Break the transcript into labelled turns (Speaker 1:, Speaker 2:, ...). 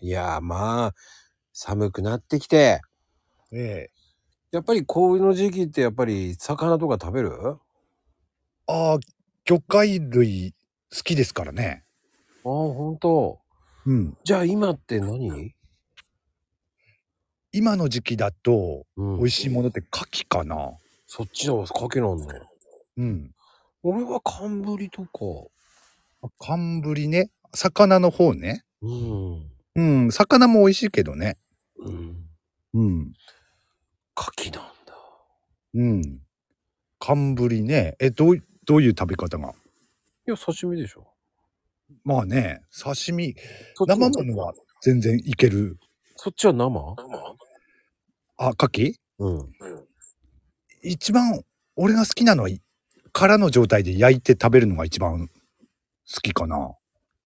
Speaker 1: いやーまあ、寒くなってきて、
Speaker 2: ええ。
Speaker 1: やっぱり氷の時期ってやっぱり魚とか食べるあ
Speaker 2: ああ、魚介類好きですからね。
Speaker 1: あ、ほんと。
Speaker 2: うん。
Speaker 1: じゃあ今って何
Speaker 2: 今の時期だと
Speaker 1: う
Speaker 2: 美
Speaker 1: ん。
Speaker 2: 味しいものって牡蠣かな。
Speaker 1: そっちのかけなんだ。
Speaker 2: うん。
Speaker 1: 俺は寒ぶりとか。
Speaker 2: あ寒ぶりね。魚の方ね。
Speaker 1: うん。
Speaker 2: うん。魚も美味しいけどね。
Speaker 1: うん。
Speaker 2: うん。
Speaker 1: かきなんだ。
Speaker 2: うん。寒ぶりね。え、どうい、どういう食べ方が
Speaker 1: いや、刺身でしょ。
Speaker 2: まあね、刺身、
Speaker 1: そっち
Speaker 2: 生
Speaker 1: は、
Speaker 2: ものは全然いける。
Speaker 1: そっちは生
Speaker 2: あ、牡蠣
Speaker 1: うん。
Speaker 2: 一番俺が好きなのは、い殻の状態で焼いて食べるのが一番好きかな。